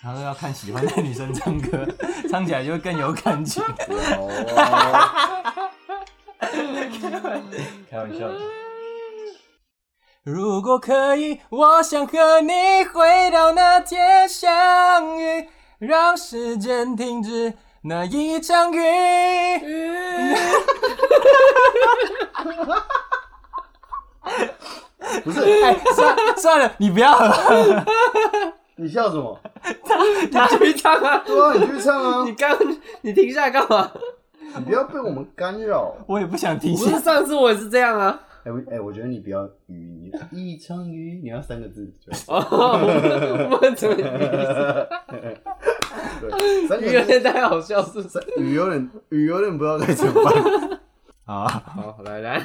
他说要看喜欢的女生唱歌， 唱起来就会更有感觉。哦，开玩笑的。如果可以，我想和你回到那天相遇，让时间停止那一场雨。不是，哎算算了，你不要了，你笑什么？他去唱啊！对啊，你去唱啊你，刚你停下来干嘛？你不要被我们干扰。我也不想停不下是。上次我也是这样啊！哎、我哎、我觉得你不要鱼，你一场雨，你要三个字，就 哦，我们怎么对，三有个字，点太好笑是不是？三雨有点雨有点不知道该怎么 办。啊，好，来来，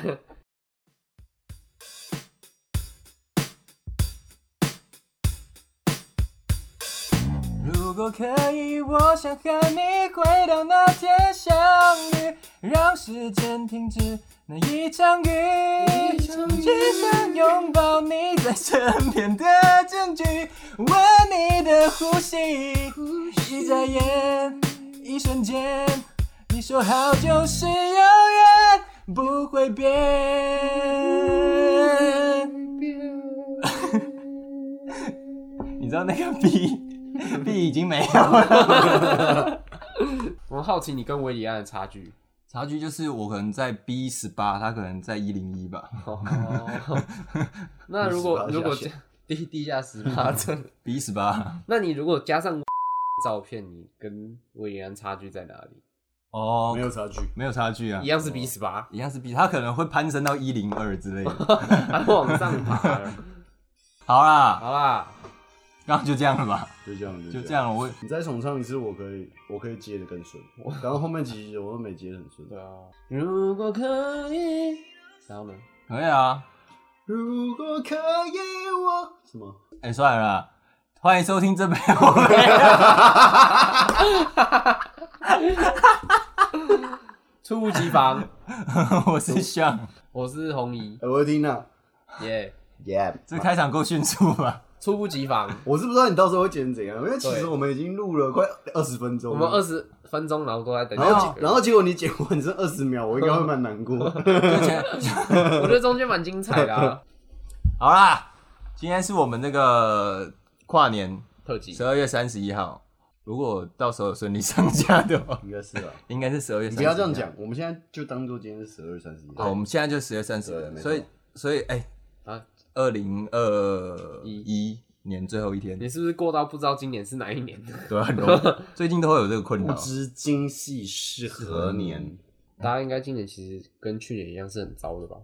如果可以，我想和你回到那天相遇，让时间停止那一场雨，只想拥抱你在身边的证据，闻你的呼吸，一眨眼，一瞬间，你说好就是永远不会变。你知道那个 B B 已经没有 了，我很好奇你跟维里安的差距。差距就是我可能在 B 十八，他可能在一零一吧哦，那如果18如果下加地地下十啊八 层， ，B 十八那你如果加上 照片，你跟维里安差距在哪里？哦没，有差距，没有差距啊一，样是比十八，一样是 B，他可能会攀升到一零二之类的。 还往上爬了。好啦，好啦，刚刚就这样了吧，就这样，就这。样了。我你再重唱一次，我可以，我可以接的更顺。刚刚后面几集我都没接得很顺。对啊，如果可以，然后呢？可以啊，如果可以，我什么？哎、算了啦，欢迎收听这杯我没有猝不及 防，我 是想，我是红姨，哎、我会听的。耶、 Yeah，这开场够迅速吧？猝不及防。 我是不知道你到时候会剪怎样，因为其实对我们已经录了快二十分钟我了，们二十分钟，然后都在等。然后没 结有然后结果你剪完剩二十秒，我应该会蛮难过。就 前我觉得中间蛮精彩 的、啊、好啦，今天是我们这个跨年特辑十。二月三十一号，如果到时候有顺利上架的话，应该是啊吧？应该是十二月。你不要这样。讲，我们现在就当做今天是十二三十一。好，我们现在就十月三对没十，错所以所以哎 啊，二零二一年最后一天，你是不是过到不知道今年是哪一年？ 对啊，很容易最近都会有这个困不扰。知今夕是何年，大家应该今年其实跟去年一样是很糟的吧？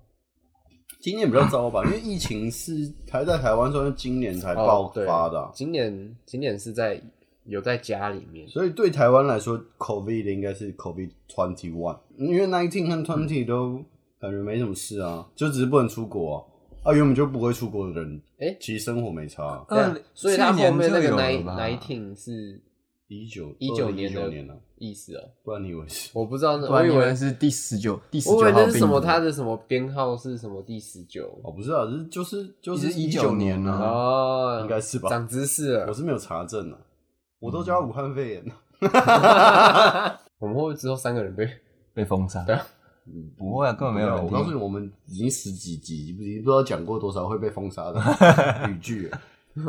今年比较糟吧，因为疫情是还在台湾算是今年才爆哦对发的啊、今年今年是在有在家里面，所以对台湾来说，COVID 的应该是 COVID twenty one，因为 nineteen 和 twenty 都感觉没什么事啊，就只是不能出国啊。啊，原本就不会出国的人，诶其实生活没差啊。二零所以他后面那去个年就有了 nine 吧 nineteen 是一九19一年九的年啊，意思哦，不然你以为是？我不知道那，不我然以你为们是第十九第十我以九为号那病是毒什么，他的什么编号是什么第十九哦，不是啊，是就是就是是19 19年年啊，啊哦，应该是吧？长知识我了。是没有查证啊，我都叫它武汉肺炎。啊我们会不会之后三个人被被封杀对啊？嗯不会啊，根本没有人我听。告诉你，我们已经十几集，不已经不知道讲过多少会被封杀的语句 了。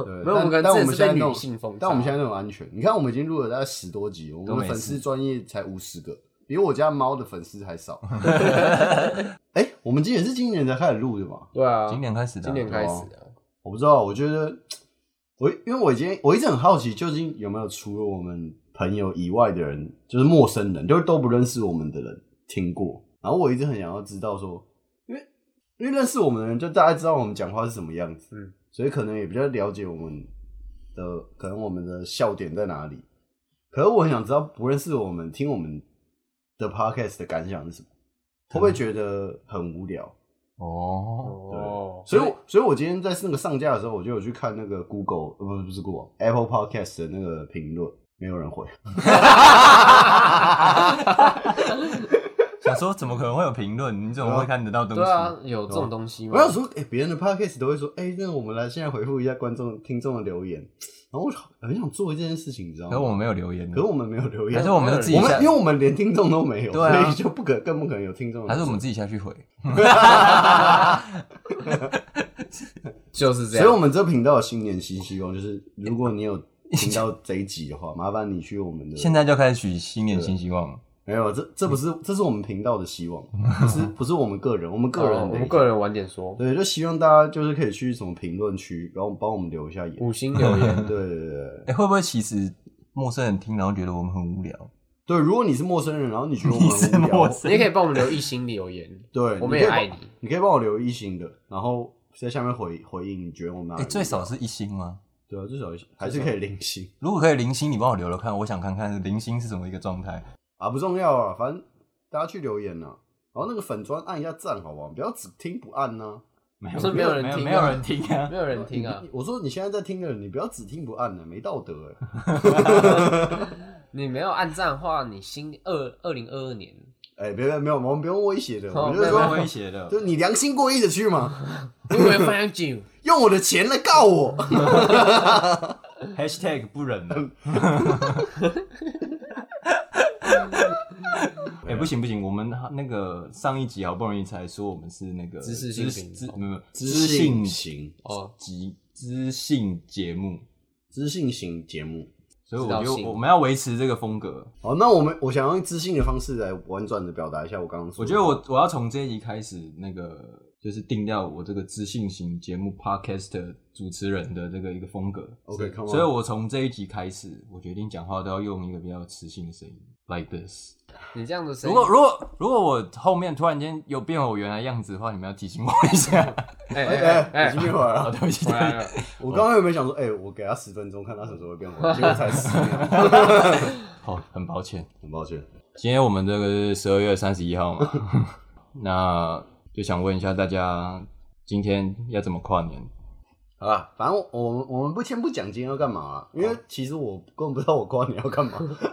对，没有我们可但能但我们之现在前是被那女性种封杀，但我们现在那种安全。你看，我们已经录了大概十多集，我都们没的事粉丝专业才五十个，比我家猫的粉丝还 少。哎、我们今年是今年才开始录的吧？对啊，今年开始的啊，今年开始的，我不知道，我觉得我因为我已经我一直很好奇，究竟有没有除了我们朋友以外的人，就是陌生人，就是都不认识我们的人听过。然后我一直很想要知道说，因为因为认识我们的人，就大家知道我们讲话是什么样子，嗯，所以可能也比较了解我们的，可能我们的笑点在哪里。可是我很想知道，不认识我们听我们的 podcast 的感想是什么，会嗯不会觉得很无聊？ 哦，哦，所以我，所以我今天在那个上架的时候，我就有去看那个 Google，呃，不是不是 Google Apple Podcast 的那个评论，没有人回。想说怎么可能会有评论？你怎么会看得到东西？对啊，有这种东西吗？我想说，哎、别人的 podcast 都会说，哎、那我们来现在回复一下观众、听众的留言。然后我很想做一件事情，你知道可是我吗？们没有留言呢，可是我们没有留言，还是我们就自己我下们因为我们连听众都没有，对啊所以就不可更不可能有听众。还是我们自己下去回。就是这所以，我样。们这频道的新年新希望就是，如果你有听到这一集的话， 麻烦你去我们的。现在就开始许新年新希望，没有，这这不是这是我们频道的 希望，不是不是我们个人，我们个人的哦意我见、们个人晚点说，对，就希望大家就是可以去什么评论区，然后帮我们留一下言。嗯五星留言 对对对对哎，会不会其实陌生人听然后觉得我们很无聊？对，如果你是陌生人，然后你觉得我 你们是很无聊陌生你也可以帮我们留一星留言，对，我们也可以爱帮你。你可以帮我留一星的，然后在下面回回应，你觉得我们哪里哎，最少无聊是一星吗？对啊，最少一星还是可以零星如果可以零星，你帮我留了看，我想看看零星是什么一个状态。啊，不重要啊，反正大家去留言呐、啊。然后那个粉砖按一下赞，好不好？不要只听不按呐、没有不是没有人听啊没有人 听啊没。有人听啊你，我说你现在在听的人，你不要只听不按呢、没道德哎、你没有按赞的话，你新二二零二 二年哎，别别没有，我们不用威胁的，好我们就是没有说没有，胁的就是你良心过意的去嘛， ，We will find you。用我的钱来告我。嗯 #hashtag 不 忍了。哎、不行不行，我们那个上一集好不容易才说我们是那个知识性频道知没有没有知知性性型，哦，集知性节目，知性型节目。所以我知道觉性得我们要维持这个风格。好，那我们我想用知性的方式来婉转的表达一下我刚刚说我的。觉得嗯我我要从这一集开始，那个就是定掉我这个知性型节目 podcast 主持人的这个一个风格。 OK，是 come on 所以我从这一集开始，我决定讲话都要用一个比较磁性的声音，like this。你这样的声如音果，如果如果我后面突然间有变我原来样子的话，你们要提醒我一下。 哎哎哎哎，已哎经，变回来好，了。对不起，回对不来起。了，我刚刚有没有想说，哎，我给他十分钟，看他什么时候会 变回来？结果才十秒， 好，很抱歉。很抱歉。今天我们这个是十二月三十一号嘛， 那就想问一下大家，今天要怎么跨年？好啦，反正我我们我们不先不讲今天要干嘛啊，因为其实我根本不知道我跨年要 干嘛。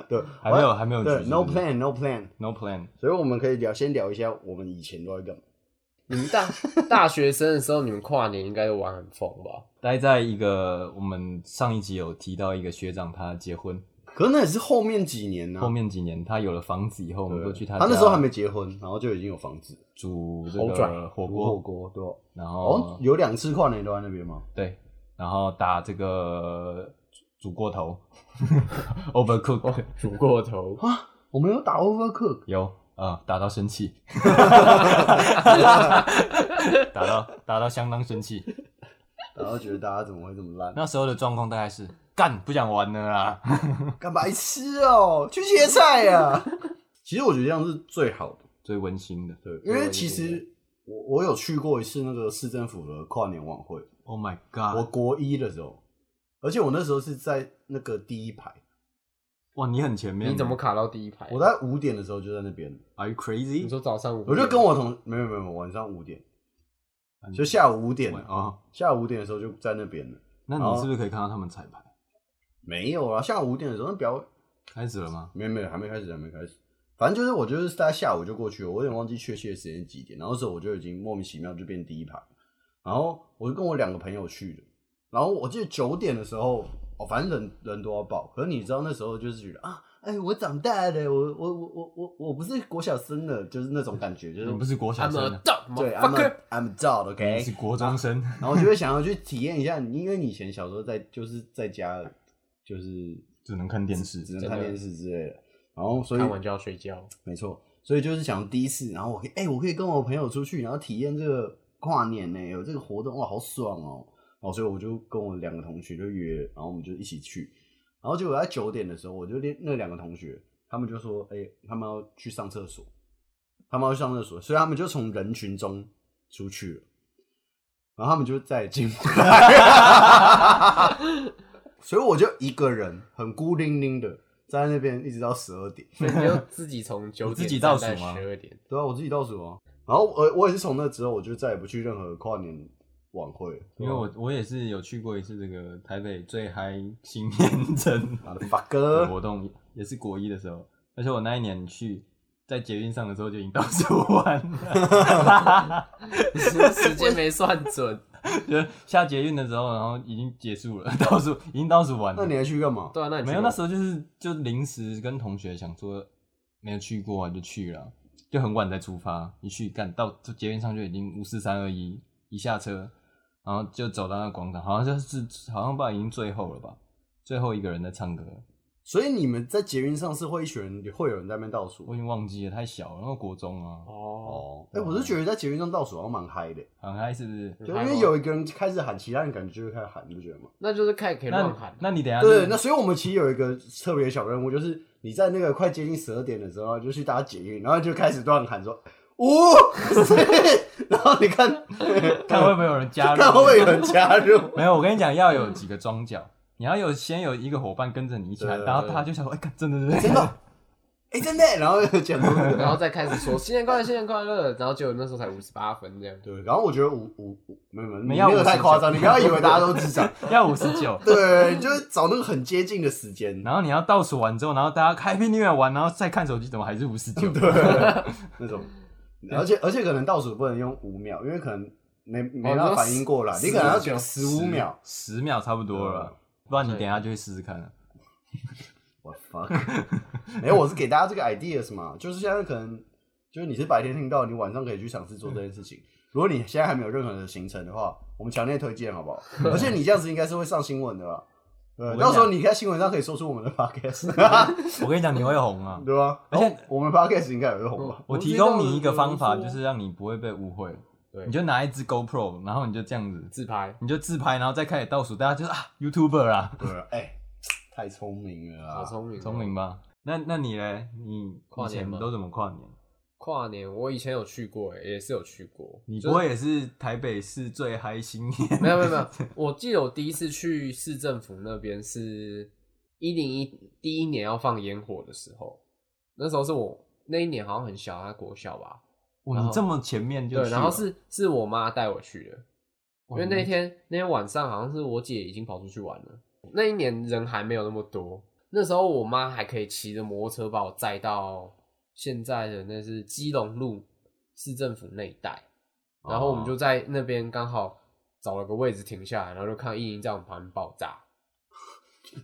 对，还没有还没有对举行，no plan，no plan。 No plan。所以我们可以聊，先聊一下我们以前都在干嘛。你们 大大学生的时候，你们跨年应该都玩很疯吧？待在一个我们上一集有提到一个学长，他结婚，可是那也是后面几年啊呢、后面几年他有了房子以后，我们嗯对都去他他家那时候还没结婚，然后就已经有房子，煮这好个转火煮火锅，嗯锅对吧？然哦后，有两次跨年都在那边吗？对，然后打这个煮过 头哦，overcook 煮过头，啊，我们有打 overcook，有啊、打到生 气，打到打到相当生气。然后觉得大家怎么会这么烂？ 那时候的状况大概是干不想玩了啦，干白痴哦、去切菜呀、 其实我觉得这样是最好的，最温馨的。对，因为其实我我有去过一次那个市政府的跨年晚会， Oh my 我 god！国一的时候，而且我那时候是在那个第一排，哇，你很前面，你怎么卡到第一排？我在五点的时候就在那边， ？Are you 你 crazy？说早上五，我就跟我同没有没有没有晚上五点，嗯就下午五点，啊、哦下午五点的时候就在那边了。那好你是不是可以看到他们彩排？没有啊，下午五点的时候那表开始了吗？没有没有，还没开始，还没开始。反正就是我就是在下午就过去了，我有点忘记确切时间几点。然后那时候我就已经莫名其妙就变第一排，然后我就跟我两个朋友去的。然后我记得九点的时候，哦，反正人人都要爆。可是你知道那时候就是觉得啊，哎、我长大了，我我我我我我不是国小生了，就是那种感觉，就你不是是国小 I'm 生 a 啊， dog，对，I'm motherfucker a I'm a adult，OK，、你是国中生。然后就会想要去体验一下，你因为你以前小时候在就是在家就是只能看电视，只能的看电视之类的，然后所以看完就要睡觉，没错，所以就是想第一次，然后我可以，哎、我可以跟我朋友出去，然后体验这个跨年呢、有这个活动，哇，好爽哦、哦，所以我就跟我两个同学就约，然后我们就一起去，然后结果在九点的时候，我就练那两个同学，他们就说，哎、他们要去上厕所，他们要去上厕所，所以他们就从人群中出去了，然后他们就再也进不来， 所以我就一个人很孤零零的站在那边，一直到十二点。所以你就自己从 九你点自己倒数吗十 二点，对啊，我自己倒数啊。然后我我也是从那之后，我就再也不去任何跨年晚会了，因为我我也是有去过一次这个台北最嗨新年城妈的啊 fuck 的哥，活动，也是国一的时候，而且我那一年去在捷运上的时候就已经倒数完了， 你是不是时间没算准，就是下捷运的时候，然后已经结束了，倒数已经倒数完那了你。还去干嘛？对啊，那你去没有，吧那时候就是就临时跟同学想说没有去过啊，就去了，就很晚才出发，一去干到就捷运上就已经五四三二一，一下车，然后就走到那个广场，好像就是好像吧已经最后了吧，最后一个人在唱歌，所以你们在捷运上是会一群人，会有人在那边倒数我已。经忘记了，太小了，那个国中啊，哦，哦，哎、我是觉得在捷运上倒数好像蛮嗨的，很嗨是不是？对，因为有一个人开始喊，其他人感觉就会开始喊，你不觉得吗？那就是看可以乱那喊，那你等一下就对，那所以我们其实有一个特别小任务，就是你在那个快接近十二点的时候，就去搭捷运，然后就开始乱喊说“五”， 然后你看看会不会有人加入， 看会不会有人加入？没有，我跟你讲，要有几个庄脚，你要有先有一个伙伴跟着你一起喊，对然后他就想说，哎、看真的真的真的，哎、真的，然后又讲出那个 啊然后再开始说新年快乐，新年快乐，然后结果那时候才五十八分这样。对，然后我觉得五五五没有没有，你没要那个太59夸张，你不要以为大家都智障， 要五十九，对，就是找那个很接近的时间，然后你要倒数完之后，然后大家开 P 音乐完，然后再看手机，怎么还是五十九？ 对，那种，而且而且可能倒数不能用五秒，因为可能没没办哦法你说反应过来，十你可能要十讲十五秒。嗯十秒差不多了，不然你等一下就会试试看了。我 fuck，没有， 我是给大家这个 ideas 嘛，就是现在可能就是你是白天听到，你晚上可以去尝试做这件事嗯情。如果你现在还没有任何的行程的话，我们强烈推荐，好不好？而且你这样子应该是会上新闻的吧？嗯我对，跟你到讲时候你在新闻上可以说出我们的 podcast，我跟你讲，你会红啊！ 对吧？而且哦我们 podcast 应该也会红 吧？我我提知道供你一个方法，有就人说是让你不会被误会。对你就拿一支 GoPro，然后你就这样子，自拍，你就自拍，然后再开始倒数，大家就是啊，YouTuber 啦，对，哎，太聪明了好啊！聪明哦，聪明吧？那那你嘞？你以跨年前吗都怎么跨年？跨年我以前有去过、欸，也是有去过。你就不会也是台北市最嗨新年？没有没有 没有，我记得我第一次去市政府那边是一零一第一年要放烟火的时候，那时候是我那一年好像很小，他国小吧，哇，然后你这么前面就对，去然后了哦是是我妈带我去的，因哇为那你天那天晚上好像是我姐已经跑出去玩了，那一年人还没有那么多，那时候我妈还可以骑着摩托车把我载到现在的那是基隆路市政府那一带，哦然后我们就在那边刚好找了个位置停下来，然后就看意英在我们旁边爆 炸。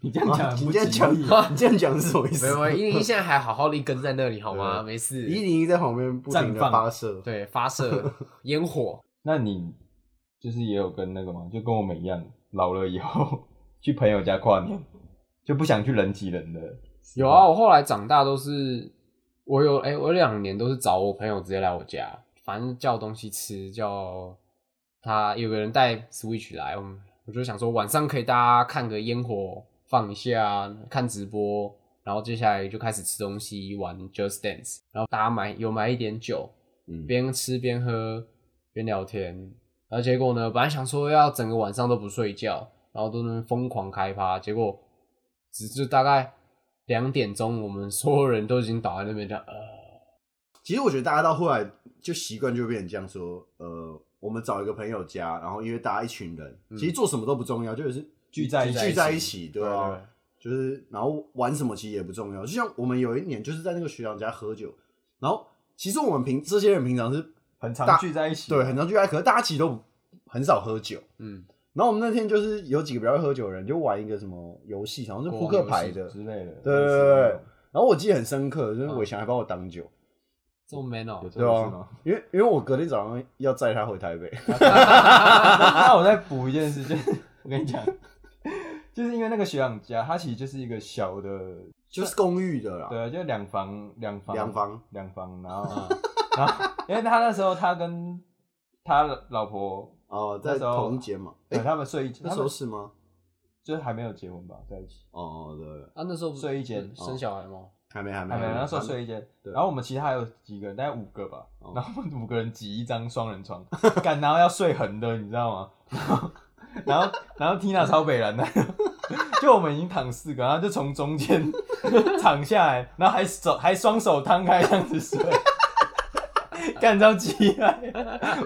你这样讲啊很你不这样吉讲，利你这样讲是什么意没有，思？没有一零一现在还好好的一根在那里好吗？嗯没事。一零一在旁边不停绽的放发射，对发射烟火，那你就是也有跟那个吗？就跟我们一样，老了以后去朋友家跨年，就不想去人挤人的。有啊，我后来长大都是，我有哎、我两年都是找我朋友直接来我家，反正叫东西吃，叫他有个人带 Switch 来，我们我就想说晚上可以大家看个烟火放一下，看直播，然后接下来就开始吃东西玩 Just Dance，然后大家买有买一点酒，嗯边吃边喝边聊天，然后结果呢，本来想说要整个晚上都不睡觉，然后都能疯狂开趴，结果只是大概两点钟，我们所有人都已经倒在那边这样，呃，其实我觉得大家到后来就习惯就变成这样说，呃，我们找一个朋友家，然后因为大家一群人，嗯其实做什么都不重要，就是聚在一起聚在一起，对吧、对对就是然后玩什么其实也不重要，就像我们有一年就是在那个学长家喝酒，然后其实我们平这些人平常是很大常聚在一起，啊对很常聚在，可是大家其实都不很少喝酒。嗯，然后我们那天就是有几个比较会喝酒的人，就玩一个什么游戏，好像是扑克牌的。之类的。对对对对对然后我记得很深刻，就是伟翔还帮我挡酒，这么 man 哦、有这对种事啊吗？，因为因为我隔天早上要载他回台北， 那我再补一件事， 就是我跟你讲， 就是因为那个学长家，他其实就是一个小的，就是公寓的啦，对，就两房两房两房两房，然后 然后，因为他那时候他跟他老婆，哦，那在时候同一间嘛。对诶他们睡一，他那时候们是吗？就是还没有结婚吧，在一起。哦，对，啊，那时候不是睡一间哦嗯生小孩吗？还没还没还没，那时候还没睡一间，嗯对然后我们其他还有几个人，大概五个吧哦，然后我们五个人挤一张双人床， 干，然后要睡横的，你知道吗？ 然后，然后 Tina 超北然的， 就我们已经躺四个，然后就从中间 躺下来，然后还手还双手摊开这样子睡，干着急来，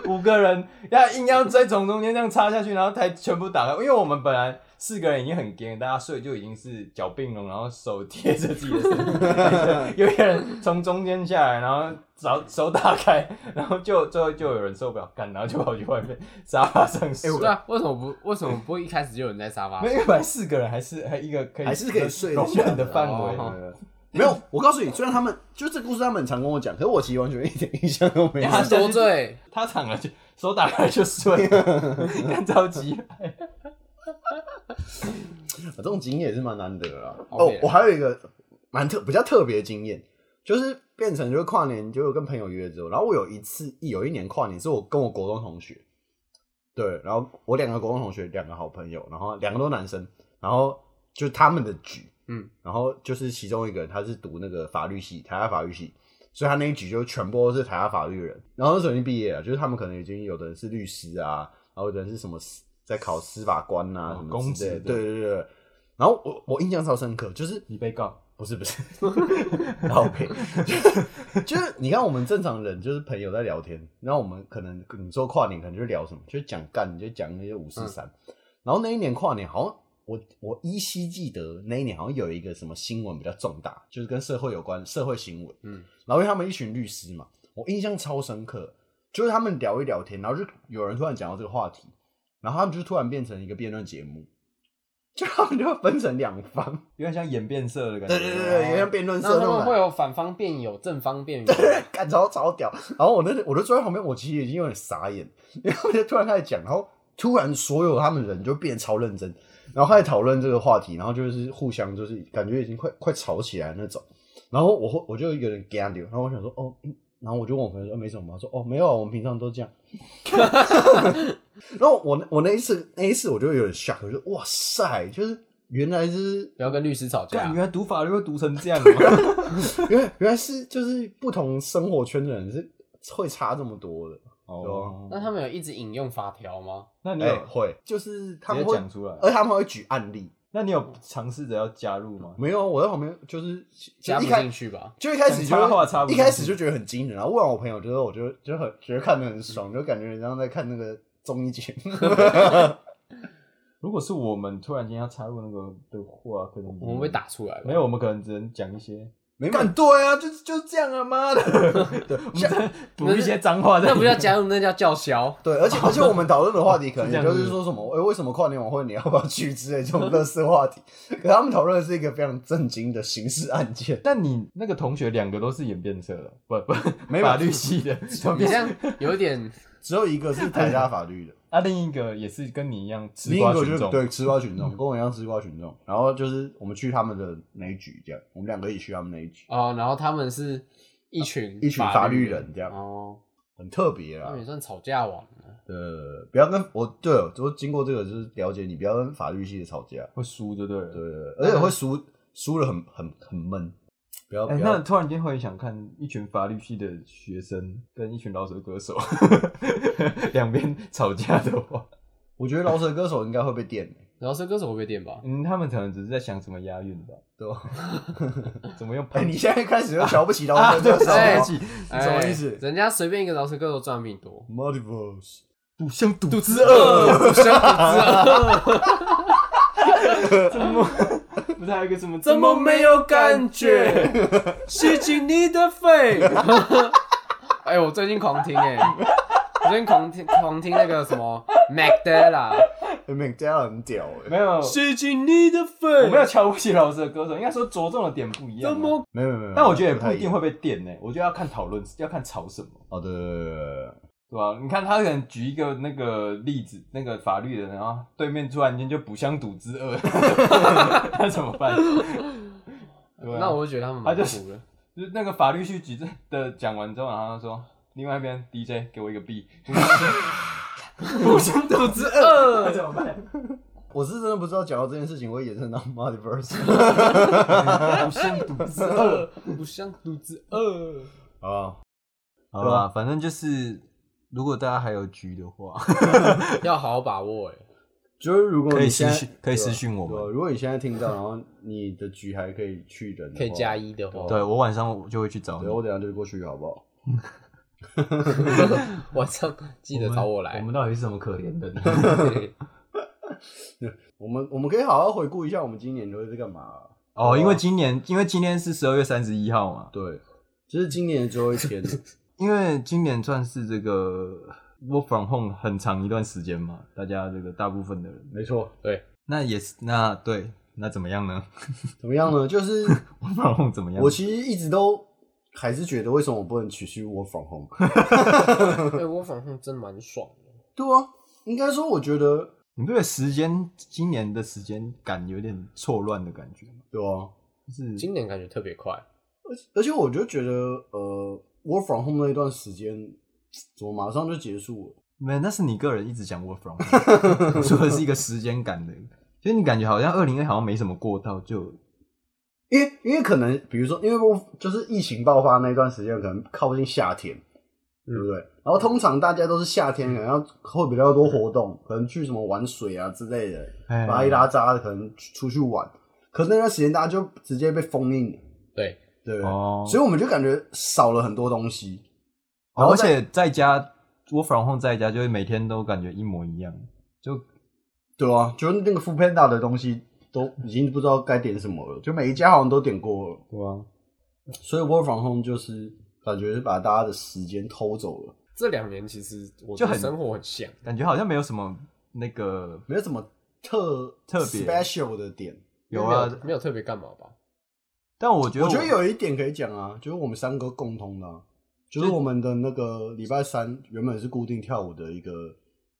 五个人要硬要再从中间这样插下去，然后才全部打开，因为我们本来四个人已经很干，大家睡就已经是脚并拢，然后手贴着自己的身体，有一个人从中间下来，然后手手打开，然后就最后就有人受不了，干，然后就跑去外面沙发上睡。对啊，为什么不为什么不会一开始就有人在沙发哎没？有，本来四个人还是还一个可以还是可以睡得容下忍的范围。哦没有，我告诉你，虽然他们就这故事，他们很常跟我讲，可是我其实完全一点印象都没有。他多醉，他躺了就手打开就睡了，干着急。这种经验也是蛮难得的啦。好哦耶，我还有一个蛮特比较特别的经验，就是变成就是跨年就跟朋友约之后，然后我有一次有一年跨年是我跟我国中同学，对，然后我两个国中同学两个好朋友，然后两个都男生，然后就是他们的局，嗯，然后就是其中一个人他是读那个法律系，台大法律系。所以他那一局就全部都是台大法律的人，然后那时候已经毕业了，就是他们可能已经有的人是律师啊，然后有的人是什么司在考司法官啊，哦什么公之类的职的对对对对。然后我我印象超深刻，就是你被告，不是不是，老配，就是就是你看我们正常人就是朋友在聊天，然后我们可能你说跨年可能就聊什么，就是讲干，你就讲那些五四三。然后那一年跨年好像我我依稀记得那一年好像有一个什么新闻比较重大，就是跟社会有关社会新闻。嗯，然后因为他们一群律师嘛，我印象超深刻，就是他们聊一聊天，然后就有人突然讲到这个话题，然后他们就突然变成一个辩论节目，就他们就分成两方。有点像演变色的感觉。对对对对，有点像辩论那社他那种们感会觉。有反方辩友、正方辩友， 干超超屌，然后我那我就坐在旁边，我其实已经有点傻眼，因为他们就突然开始讲，然后突然所有他们人就变超认真，然后开始讨论这个话题，然后就是互相就是感觉已经快快吵起来那种，然后我会我就有点干掉，然后我想说哦，嗯然后我就问我朋友说、呃没什么吗？他说哦没有啊，我们平常都这样。 然后我那我那一次那一次我就有点 shock，我就哇塞，就是原来就是不要跟律师吵啊干，架原。来读法律会读成这 样啊，原来原来是就是不同生活圈的人是会差这么多的，哦那他们有一直引用法条吗？那你哎、有会就是他哦直接们会讲，出来？而他们会举案例。那你有尝试着要加入吗？没有，我在旁边就是加就不一开进去吧？就一开始就想插话插不一进去开始就觉得很惊人，然后问完我朋友，觉得我觉得就很觉得看的很爽，就感觉人家在看那个综艺节 目。 如果是我们突然间要插入那个的话，可能我们被。打出来吧？没有，我们可能只能讲一 些。没干对啊，就是就是这样啊，妈 的！对，我们在补一些脏话在那里不叫面。加入，那叫叫嚣。对，而且而且我们讨论的话题可是 这能样就是说什么，哎、为什么跨年晚会你要不要去之类这种乐色话题， 可他们讨论的是一个非常震惊的刑事案 件。但你那个同学两个都是演变色的，不 不，没有法律系的， 怎 么你这变？样有一点，只有一个是台大法律的，啊，另一个也是跟你一样 吃另瓜一个群就是众，对吃瓜群众，跟我一样吃瓜群众。然后就是我们去他们的那一局，这样，我们两个一起去他们那一局，哦，然后他们是一群一群法律人这样哦，很特别他啊们。也算吵架王了。呃，不要跟我对，哦就经过这个就是了解你，不要跟法律系的吵架，会输就对了。对，而且会输输了很很很闷，不要哎、不那要。突然间会想看一群法律系的学生跟一群饶舌歌手 两边吵架的话，我觉得饶舌歌手应该会被电，然后是歌手会被电吧？嗯，他们可能只是在想怎么押韵吧，对 吧？怎么用哎，喷你现在开始又瞧不起饶舌啊对歌不起手对了不吗，起，你嗯什么意思哎人家随便一个饶舌歌手赚的比你多， ？Multiples，赌像赌肚子饿，肚子饿，怎么？不是还有一个什么？怎么没有感觉？吸进你的肺。 哎，我最近狂听哎，我最近狂听狂听那个什么 Magdala，麦当很屌哎，没有，吸进你的肺。我没有瞧不起饶舌歌手，应该说着重的点不一样、啊怎么？没有没有没有，但我觉得也不太一定会被电呢、我觉得要看讨论，要看吵什么。哦，对对对对对对。对吧、你看他可能举一个那个例子，那个法律的，然后对面突然间就不相赌之恶， 那怎么办？对啊那我就觉得他们蛮他就是酷的。就是那个法律系举证的讲完之后，然后他说另外一边 DJ 给我一个 B，不相赌之恶， 那怎么办？我是真的不知道讲到这件事情会延 伸到 multiverse 不相赌之恶，不像肚子饿。啊， 好对吧，啊反正就是如果大家还有局的话，要好好把握哎、就是如果可以你私现在讯可以私讯我对啊们。如果你现在听到，然后你的局还可以去人的话，可以加一的话，对我晚上就会去找你对，。我等一下就过去好不好？晚上记得找我来 我。们到底是什么可怜的呢？我们我们可以好好回顾一下我们今年都在干嘛、啊哦，因为今年，因为今天是十二月三十一号嘛，对，这、是今年的最后 一天了，因为今年算是这个 work from home 很长一段时间嘛，大家这个大部分的人，没错。那也是那对，那怎么样呢 怎么样呢？就是？work from home 怎么样？我其实一直都还是觉得，为什么我不能取去 work from home？哎，我反正真蛮爽的。对啊，应该说我觉得你不觉得时间今年的时间感有点错乱的感觉吗？对啊，就是今年感觉特别快，而且而且我就觉得呃，work from home 那一段时间怎么马上就结束了？没，那是你个人一直讲 work from home，我说的是一个时间感的，就是你感觉好像二零二好像没什么过到，就因为因为可能比如说，因为我就是疫情爆发那段时间，可能靠近夏天，对不对？嗯然后通常大家都是夏天，可能要会比较多活动，可能去什么玩水啊之类的，哎拉一拉渣的，可能出去玩。可是那段时间大家就直接被封印了，对，对不对？哦，所以我们就感觉少了很多东西。哦而且在家 work from home 在家就会每天都感觉一模一样，就对啊，就是那个 f o o Panda 的东西都已经不知道该点什么了，就每一家好像都点过了，对啊，所以 Work from Home 就是感觉是把大家的时间偷走了，这两年其实我就的很生活很像，感觉好像没有什么那个没有什么特特别 special 的点。有没啊，没有特别干嘛吧？但我觉得我觉得有一点可以讲啊，就是我们三个共同的啊、就是我们的那个礼拜三原本是固定跳舞的一个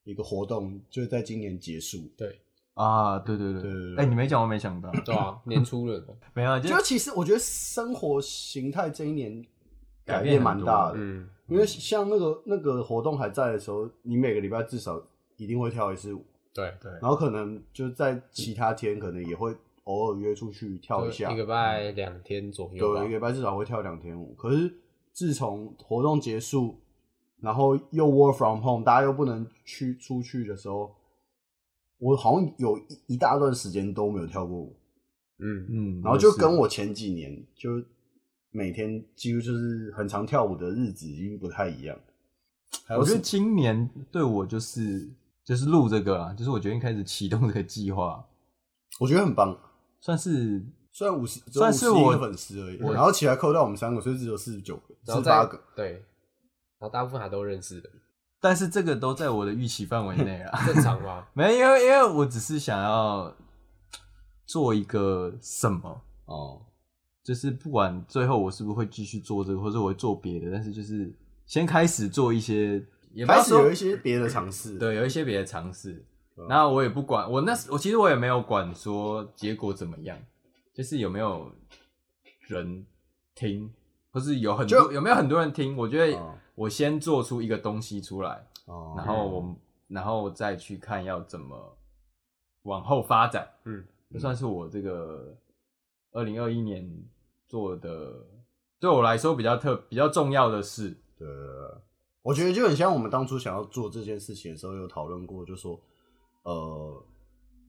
一个活动，就是在今年结束。啊，对对对对对，对哎，你没讲我没想到，对啊，年初了嘛，没有啊，就就其实我觉得生活形态这一年改改变变很蛮多大的，嗯，因为像那个那个活动还在的时候，你每个礼拜至少一定会跳一次舞，对，对，然后可能就在其他天可能也会偶尔约出去跳一下，一个礼拜两天左右吧对，一个，礼拜至少会跳两天舞。可是自从活动结束，然后又 work from home，大家又不能去出去的时候，我好像有一一大段时间都没有跳过舞，嗯，嗯，然后就也是跟我前几年就每天几乎就是很常跳舞的日子已经不太一样。还哎有我觉什得么今年对我就是就是录这个啊，就是我决定开始启动这个计划，我觉得很棒。算是虽然五十，算是只有51我个粉丝而已，我然后起来扣掉我们三个，所以只有四十九个，然后四再八个。对，然后大部分还都认识的，但是这个都在我的预期范围内啊。，正常嘛 没有，因为因为我只是想要做一个什么，哦，就是不管最后我是不是会继续做这个，或者我会做别的，但是就是先开始做一些，也不开要始说有一些嗯别的尝试，，对有一些别的尝试。然后我也不管，我那时我其实我也没有管说结果怎么样，就是有没有人听，或是有很就多有没有很多人听。我觉哦得我先做出一个东西出来，哦，然后我们然后再去看要怎么往后发展。 嗯，这算是我这个二零二一年做的，对我来说比较特比较重要的事。对，我觉得就很像我们当初想要做这件事情的时候有讨论过，就说，呃，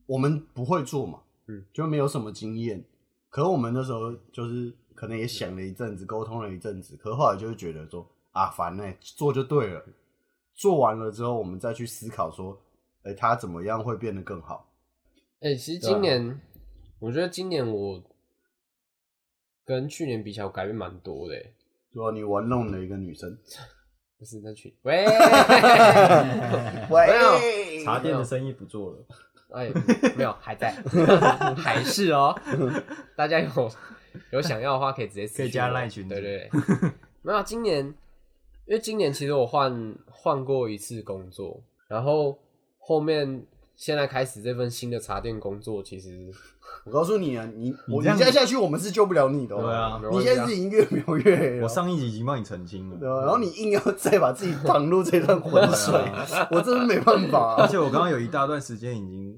我们不会做嘛，嗯，就没有什么经验。可我们那时候就是可能也想了一阵子，沟通了一阵子，可后来就是觉得说啊，烦呢、做就对了。做完了之后，我们再去思考说，哎、它怎么样会变得更好？哎、其啊实今年、我觉得今年我跟去年比起来，我改变蛮多的、欸，对啊，你玩弄了一个女生，不是那去 喂，喂茶店的生意不做了，哎，没有，还 在，还是哦。大家有有想要的话，可以直接私可以讯加我 LINE 群组 对对对，没有啊。今年，因为今年其实我换换过一次工作，然后后面现在开始这份新的茶店工作，其实我告诉你啊，你我你你这样再下去，我们是救不了你的、哦。对啊你现在是已经越描越黑了。我上一集已经帮你澄清对了。啊，然后你硬要再把自己挡入这段浑 水，我真的没办啊法、而啊。且我刚刚有一大段时间已经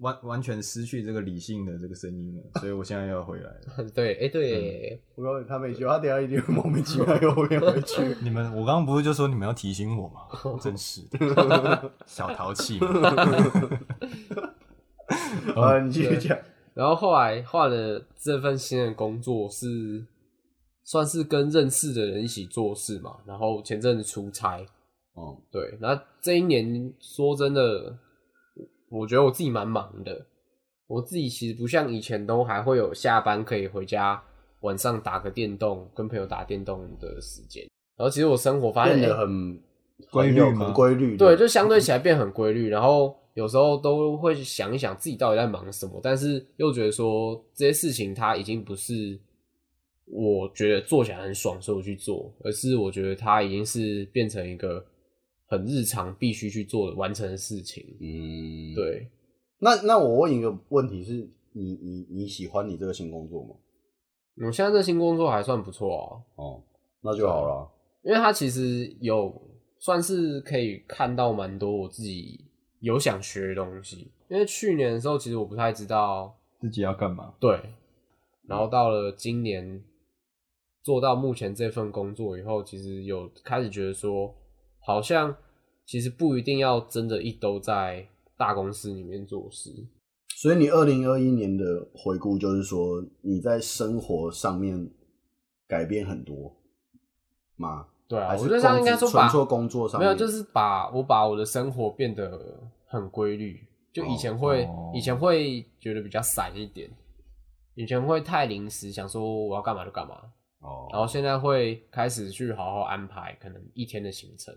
完完全失去这个理性的这个声音了，所以我现在又要回来了。对，哎、嗯对，我告诉你，他没救，他等一下一定会莫名其妙又变回 去。你们，我刚刚不是就说你们要提醒我吗？真是的， 小淘气嘛。哦啊，你继续讲。然后后来换了这份新的工作是，算是跟认识的人一起做事嘛。然后前阵子出差，哦，对，那这一年说真的，我觉得我自己蛮忙的，我自己其实不像以前都还会有下班可以回家，晚上打个电动，跟朋友打电动的时间。然后其实我生活发现变得哎很规律吗很有很规律的。对，就相对起来变很规律，然后有时候都会想一想自己到底在忙什么，但是又觉得说这些事情它已经不是我觉得做起来很爽，所以我去做，而是我觉得它已经是变成一个很日常必须去做的完成的事情。嗯，。对，那那我问一个问题是，你你你喜欢你这个新工作吗？我现在这新工作还算不错啊，哦，那就好了。因为它其实有算是可以看到蛮多我自己有想学的东西，因为去年的时候其实我不太知道自己要干嘛？对，然后到了今年做到目前这份工作以后，其实有开始觉得说，好像其实不一定要真的一都在大公司里面做事。所以你二零二一年的回顾就是说，你在生活上面改变很多吗？对啊，还我是觉得像应该说工作把纯做工作上没面有，就是把我把我的生活变得很规律。就以前会，哦以前会觉得比较散一点，以前会太临时，想说我要干嘛就干嘛，哦然后现在会开始去好好安排可能一天的行程，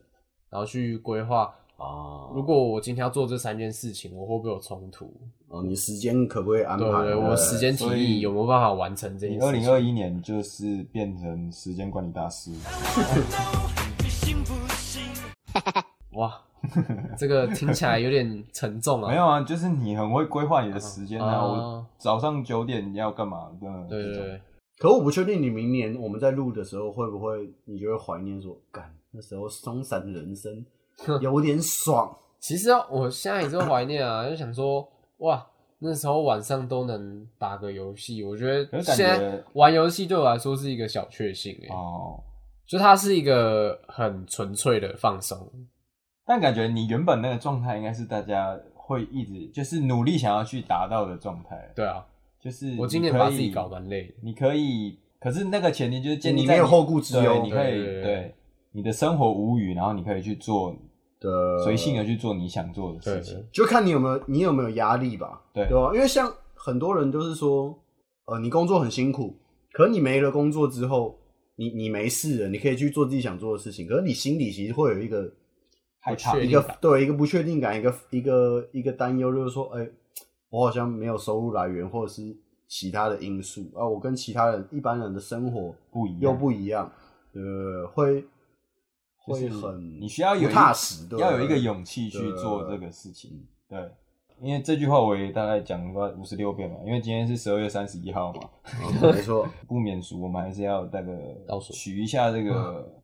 然后去规划哦如果我今天要做这三件事情，我会不会有冲突？哦，你时间可不可以安排对得？不对，我时间体所以力有没有办法完成这你件二事零情？二一年就是变成时间管理大师， 哇，这个听起来有点沉重啊。没有啊，就是你很会规划你的时间啊。啊我早上九点要干嘛？嗯，对，对这种对对，可我不确定你明年我们在录的时候会不会，你就会怀念说，干那时候松散的人 生有点爽。其实啊我现在也是会怀念啊，就想说，哇，那时候晚上都能打个游戏，我觉可得是感觉现在玩游戏对我来说是一个小确幸诶、哦。就它是一个很纯粹的放松。但感觉你原本那个状态应该是大家会一直就是努力想要去达到的状态，对啊，就是我今你年可把自己以搞蛮累的。你可以，可是那个前提就是建立你在没有后顾之忧对你可以对对对对你的生活无虞，然后你可以去做的随性的去做你想做的事情。就看你有没有你有没有压力吧，对对啊吧？因为像很多人就是说，呃，你工作很辛苦，可你没了工作之后，你你没事了，你可以去做自己想做的事情，可是你心里其实会有一个害怕不确一定个感对一个不确定感，一个一个一个担忧，就是说，哎、我好像没有收入来源，或者是其他的因素啊，我跟其他人一般人的生活不一样又不一样，呃，会就是会很你需要有不一踏实，对要有一个勇气去对嗯做这个事情。对，因为这句话我也大概讲了五十六遍嘛，因为今天是十二月三十一号嘛，嗯没错。不免俗，我们还是要那个倒数许一下这嗯个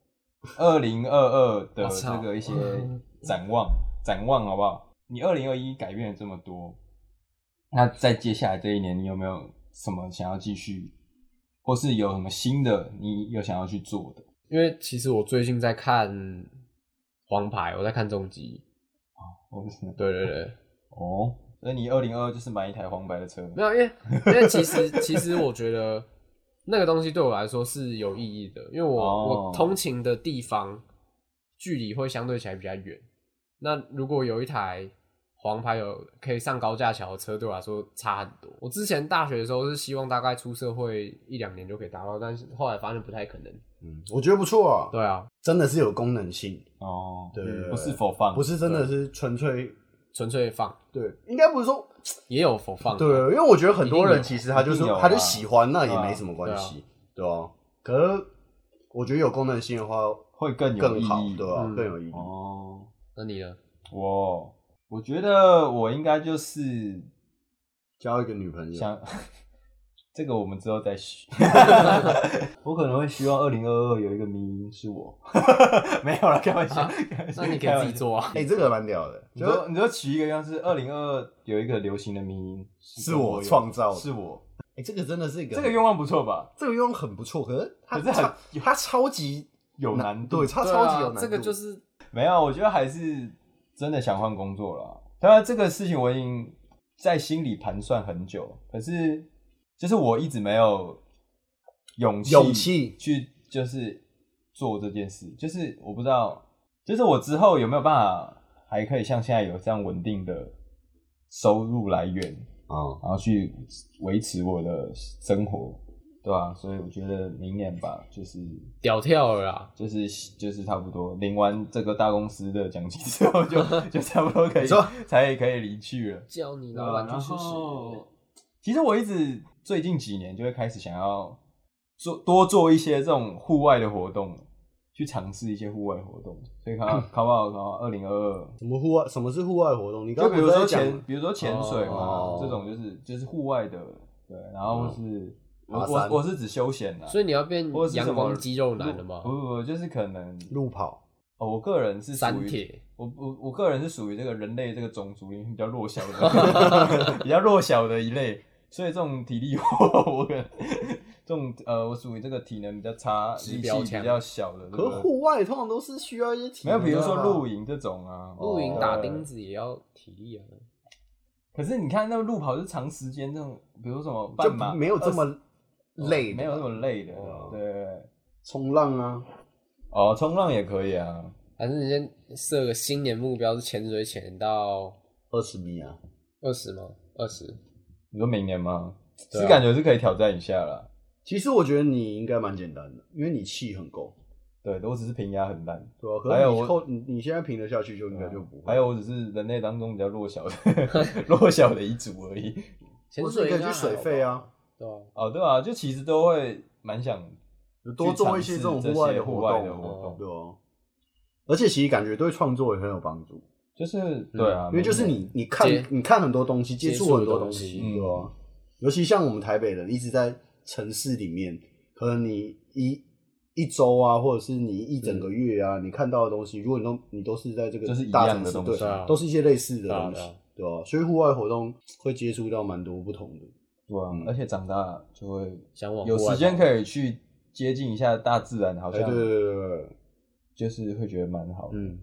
二零二二的我这操个一些嗯展望，展望好不好？你二零二一改变了这么多，那在接下来这一年，你有没有什么想要继续，或是有什么新的你有想要去做的？因为其实我最近在看《黄牌》，我在看《终极或者是》。对对对，哦，所以你二零二二就是买一台黄白的车，没有，因为因为其实其实我觉得那个东西对我来说是有意义的，因为我、哦我通勤的地方距离会相对起来比较远。那如果有一台黄牌有可以上高架桥的车，对我来说差很多。我之前大学的时候是希望大概出社会一两年就可以达到，但是后来发现不太可能。嗯，我觉得不错 啊，对啊，真的是有功能性，哦，对嗯不是否放，不是真的是纯粹纯粹放对，应该不是说也有否放啊对，因为我觉得很多一定人有其实他就一定有说啊他就喜欢，那也没什么关系，对吧？可是我觉得有功能性的话会更有更意好，义，对吧？嗯更有意义。哦，那你呢？我我觉得我应该就是交一个女朋友，想， 这个我们之后再续。 我可能会希望二零二二有一个迷音是 我，没有了，开玩笑，啊开玩笑那你给开自玩己笑做啊。哎，这个蛮屌的，你就说，你说取一个像是二零二二有一个流行的迷音，是跟我有创造的是我哎，这个真的是一个这个愿望不错吧？这个用很不错，可是他可是很他超级有难度对，他超级有对啊难度，这个就是没有，我觉得还是真的想换工作了。当然，这个事情我已经在心里盘算很久，可是就是我一直没有勇气勇气去就是做这件事，就是我不知道，就是我之后有没有办法还可以像现在有这样稳定的收入来源，哦，然后去维持我的生活，对吧、所以我觉得明年吧，就是屌跳了啦，就是就是差不多领完这个大公司的奖金之后 就，就差不多可以说才可以离去了。叫你对老啊板去然试试。后，其实我一直最近几年就会开始想要做多做一些这种户外的活动，去尝试一些户外活动。所以看到考不好，考二零二二，什么户外？什么是户外活动？你刚就刚比不如是在说讲潜，比如说潜水嘛，哦这种就是就是户外的，对。然后是，我爬我山我是指休闲啦，啊所以你要变或者是什阳么光肌肉男了不吗？不不，就是可能路跑哦，我个人是属三于铁我我我个人是属于这个人类这个种族里面比较弱小的， 比较弱小的一类，所以这种体力活， 我可能这种呃，我属于这个体能比较差、指力标气强比较小的这可是个。户外通常都是需要一些体没能有，的啊，比如说露营这种啊，露营对打钉。子也要体力啊。可是你看那个路跑是长时间这种，比如说什么就半马，没有这20么累，没有那么累的哦。对对对，冲浪啊，哦，冲浪也可以啊。反正你先设个新年目标是潜水潜到二十米啊，二十吗？二十，你说明年吗？对是啊感觉是可以挑战一下啦。其实我觉得你应该蛮简单的，因为你气很够，对，我只是平压很烂。对吧、可还是有你我后你你现在平得下去，就应该就不会。还有，我只是人类当中比较弱小 的弱小的一组而已。潜或是水你可应以该去还好水吧费啊，，对啊，哦，对啊，就其实都会蛮想多做一些去种尝试户这外些的户活外动，的活动，对哦、而且其实感觉对创作也很有帮助，就是对啊，嗯因为就是你你看接你看很多东西，接接触触很多很多东西，东西对哦、尤其像我们台北人一直在城市里面，可能你一一周啊，或者是你一整个月啊，你看到的东西，如果你都你都是在这个就是一大样城的市东对西啊都是一些类似的对啊东西对啊，对吧、所以户外活动会接触到蛮多不同的。对啊嗯，啊而且长大就会想往有户外时间跑可以去接近一下大自然，好哎，像对对对对对，就是会觉得蛮好的。嗯，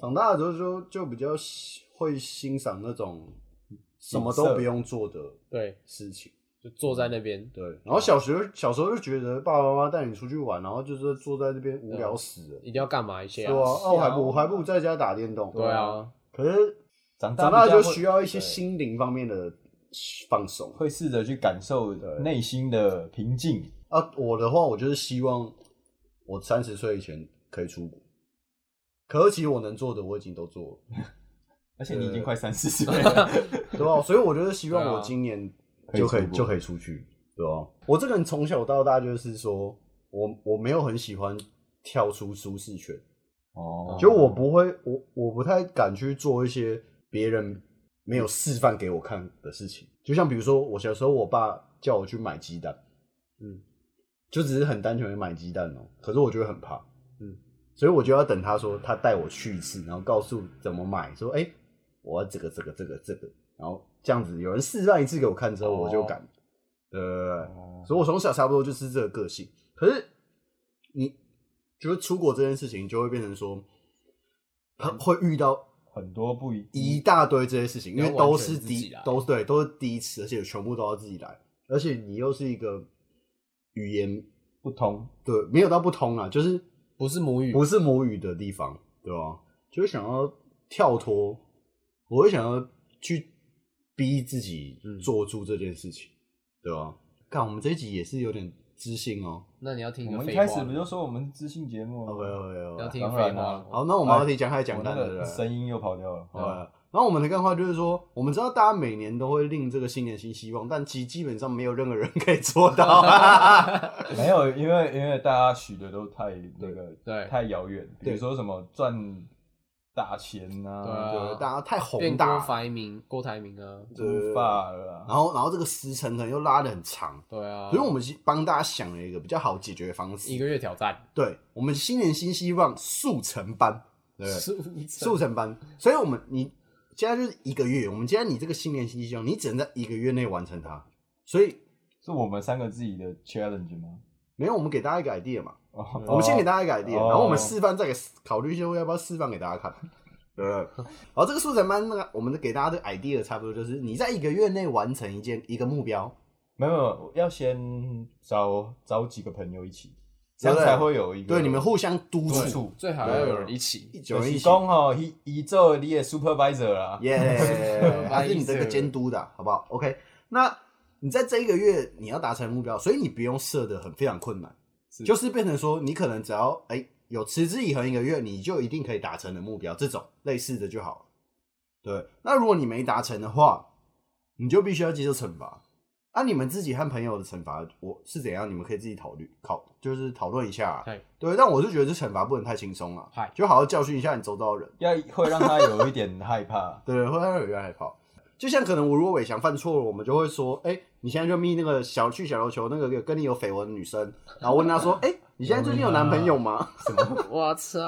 长大了之后就就比较喜会欣赏那种什么都不用做的对，事情。就坐在那边，对，然后小学小时候就觉得爸爸妈妈带你出去玩，然后就是坐在这边无聊死了，嗯一定要干嘛一些对啊啊，？哦，我还是啊不我还不如在家打电动。对啊，可是长大长大比较就会需要一些对心灵方面的放松会试着去感受内心的平静。啊。我的话，我就是希望我三十岁以前可以出国，可是其实我能做的我已经都做了。而且你已经快三十岁 了，对吧？所以我就是希对望啊我今年就可可以以出国就可以出去，对吧？我这个人从小到大就是说我我没有很喜欢跳出舒适圈，哦嗯就我不会，我我不太敢去做一些别人没有示范给我看的事情。就像比如说，我小时候我爸叫我去买鸡蛋，嗯，就只是很单纯的买鸡蛋哦、可是我觉得很怕，嗯，所以我就要等他说他带我去一次，然后告诉怎么买，说哎、我要这个这个这个这个，然后这样子有人示范一次给我看之后，我就敢，呃，哦所以我从小差不多就是这个个性。可是你就是出国这件事情，就会变成说，嗯很会遇到很多不一一大堆这些事情，因为要完都全是自第己一来都对都是第一次，而且全部都要自己来，而且你又是一个语言不同，对没有到不通啊，就是不是母嗯语，不是母语的地方，对吧？就是想要跳脱，我会想要去逼自己嗯做出这件事情，对吧？看我们这一集也是有点知性哦、那你要听我个们一废开话始了不啊就说我们是知性节目吗 OK OK 要 OK，听个当废然话啊了吗？好，那我们要题讲开始讲哎我蛋那了，对个啊不对声音啊又跑掉了。对，然后我们的干话就是说，我们知道大家每年都会令这个新年新希望，但其实基本上没有任何人可以做到。 没有，因为因为大家许的都太那个，对太遥远。比对如说什么赚大钱对啊，啊对，大家太宏变郭大了，啊台铭，郭台铭啊，出发了啊。然后然后这个时辰可能又拉得很长，对啊，所以我们其实帮大家想了一个比较好解决的方一式。个月挑战，对，我们新年新希望速成班，对不对，十五速成班。所以我们你现在就是一个月，我们现在你这个新年新希望，你只能在一个月内完成它。所以是我们三个自己的 challenge 吗？没有，我们给大家一个 idea 嘛。啊哦我们先给大家一个 idea，、哦然后我们示范再给考虑一下要不要示范给大家看，对不对？然后这个速成班那个，我们给大家的 idea 差不多就是你在一个月内完成一件一个目标，没有，没有要先找找几个朋友一起，这样才会有一个对，你们互相督督促，促。最好要有人一起。一九就人一是起，讲吼，一一做你的 supervisor 啦，耶， 还是你这个监督的好不好？OK，那你在这一个月你要达成目标，所以你不用设的很非常困难，就是变成说你可能只要哎、有持之以恒一个月，你就一定可以达成的目标，这种类似的就好了。对，那如果你没达成的话，你就必须要接受惩罚。啊，你们自己和朋友的惩罚，我是怎样？你们可以自己考虑考，就是讨论一下啊、对对，但我是觉得这惩罚不能太轻松了嗨，就好好教训一下你周遭的人。。要会让他有一点害怕对，会让人有害怕。就像可能我如果伟翔犯错了，我们就会说，哎、你现在就密那个小去小琉球那个跟你有绯闻的女生，然后问她说，哎、你现在最近有男朋友吗？ 我操！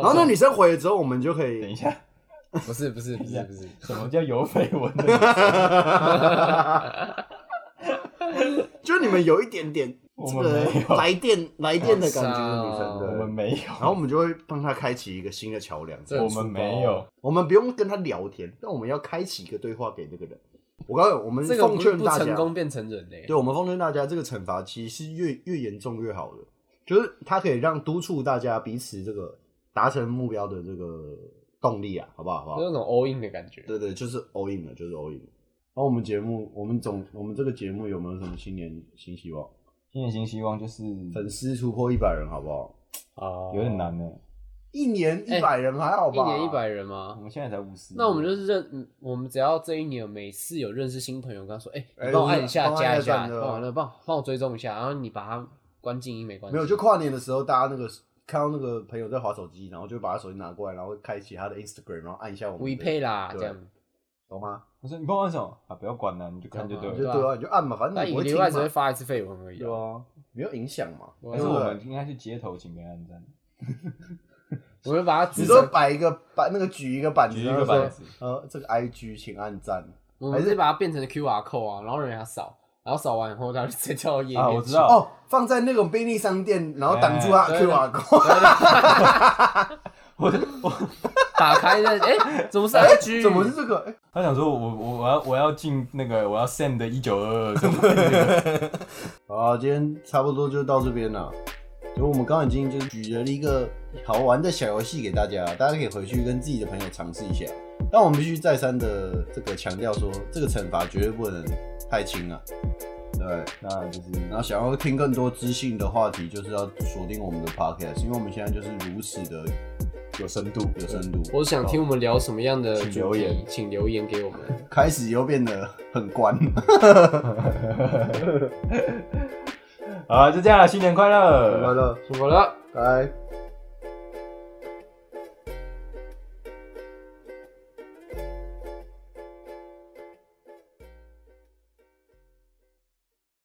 然后那女生回了之后，我们就可等一以，下，不是不是不是不是，什么叫有绯闻 的？就你们有一点点我这们没个有来电来电的感觉的女我生，操我对。们没有，然后我们就会帮她开启一个新的桥梁，这我们没哦有。我们不用跟她聊天，但我们要开启一个对话给这个人。我告诉你，我们这个奉不劝不大家，成功变成人嘞对，。我们奉劝大家，这个惩罚其实是越越严重越好的，就是它可以让督促大家彼此这个达成目标的这个动力啊，好不好？好不好？那种 all in 的感觉，对对，就是 all in 了，就是 all in 了。然后我们节目，我们总我们这个节目有没有什么新年新希望？新年新希望就是粉丝突破一百人，好不好？哦有点。难呢。一年一百人还好哎一吧？年一百人我吗？们现在才五十，那我们就是认，嗯我们只要这一年每次有认识新朋友，跟他说，哎，哎你帮我按一下帮我按加一按下，赞对帮吧我那帮我帮我追踪一下，然后你把它关静音没关系。没有，就跨年的时候，大家那个看到那个朋友在划手机，然后就把他手机拿过来，然后开启他的 Instagram，然后按一下我们微的配啦，对这样。懂吗？我说你帮我按什么啊？不要管了，你就看就对你就对了。啊对啊，你就按嘛，反正那你一不个会礼听拜嘛只。会发一次绯闻而已啊。啊，没有影响嘛。我但是我们应该去街头请人家按赞，我们把它只制说成，摆一个摆那个举一个板子，举一个然后说板子呃，这个 I G 请按赞。我们是把它变成 QR code 啊，然后人家扫，然后扫完以后，他就直接跳到页面啊去我知道哦，放在那种便利商店，然后挡住他哎 Q R code，我我打开那，哎，怎么是 IG？怎么是这个？哎他想说我，我我要我要进那个我要 Sam 的一九二二，好啊，今天差不多就到这边了。所以我们刚刚已经就举了一个好玩的小游戏给大家，大家可以回去跟自己的朋友尝试一下。但我们必须再三的这个强调说，这个惩罚绝对不能太轻啊。对，那就是然后想要听更多知性的话题，就是要锁定我们的 podcast，因为我们现在就是如此的有深度，有深度。我想听我们聊什么样的请主留题言请留言给我们。开始又变得很官，好，就这样了，新年快乐，乐，我了。拜。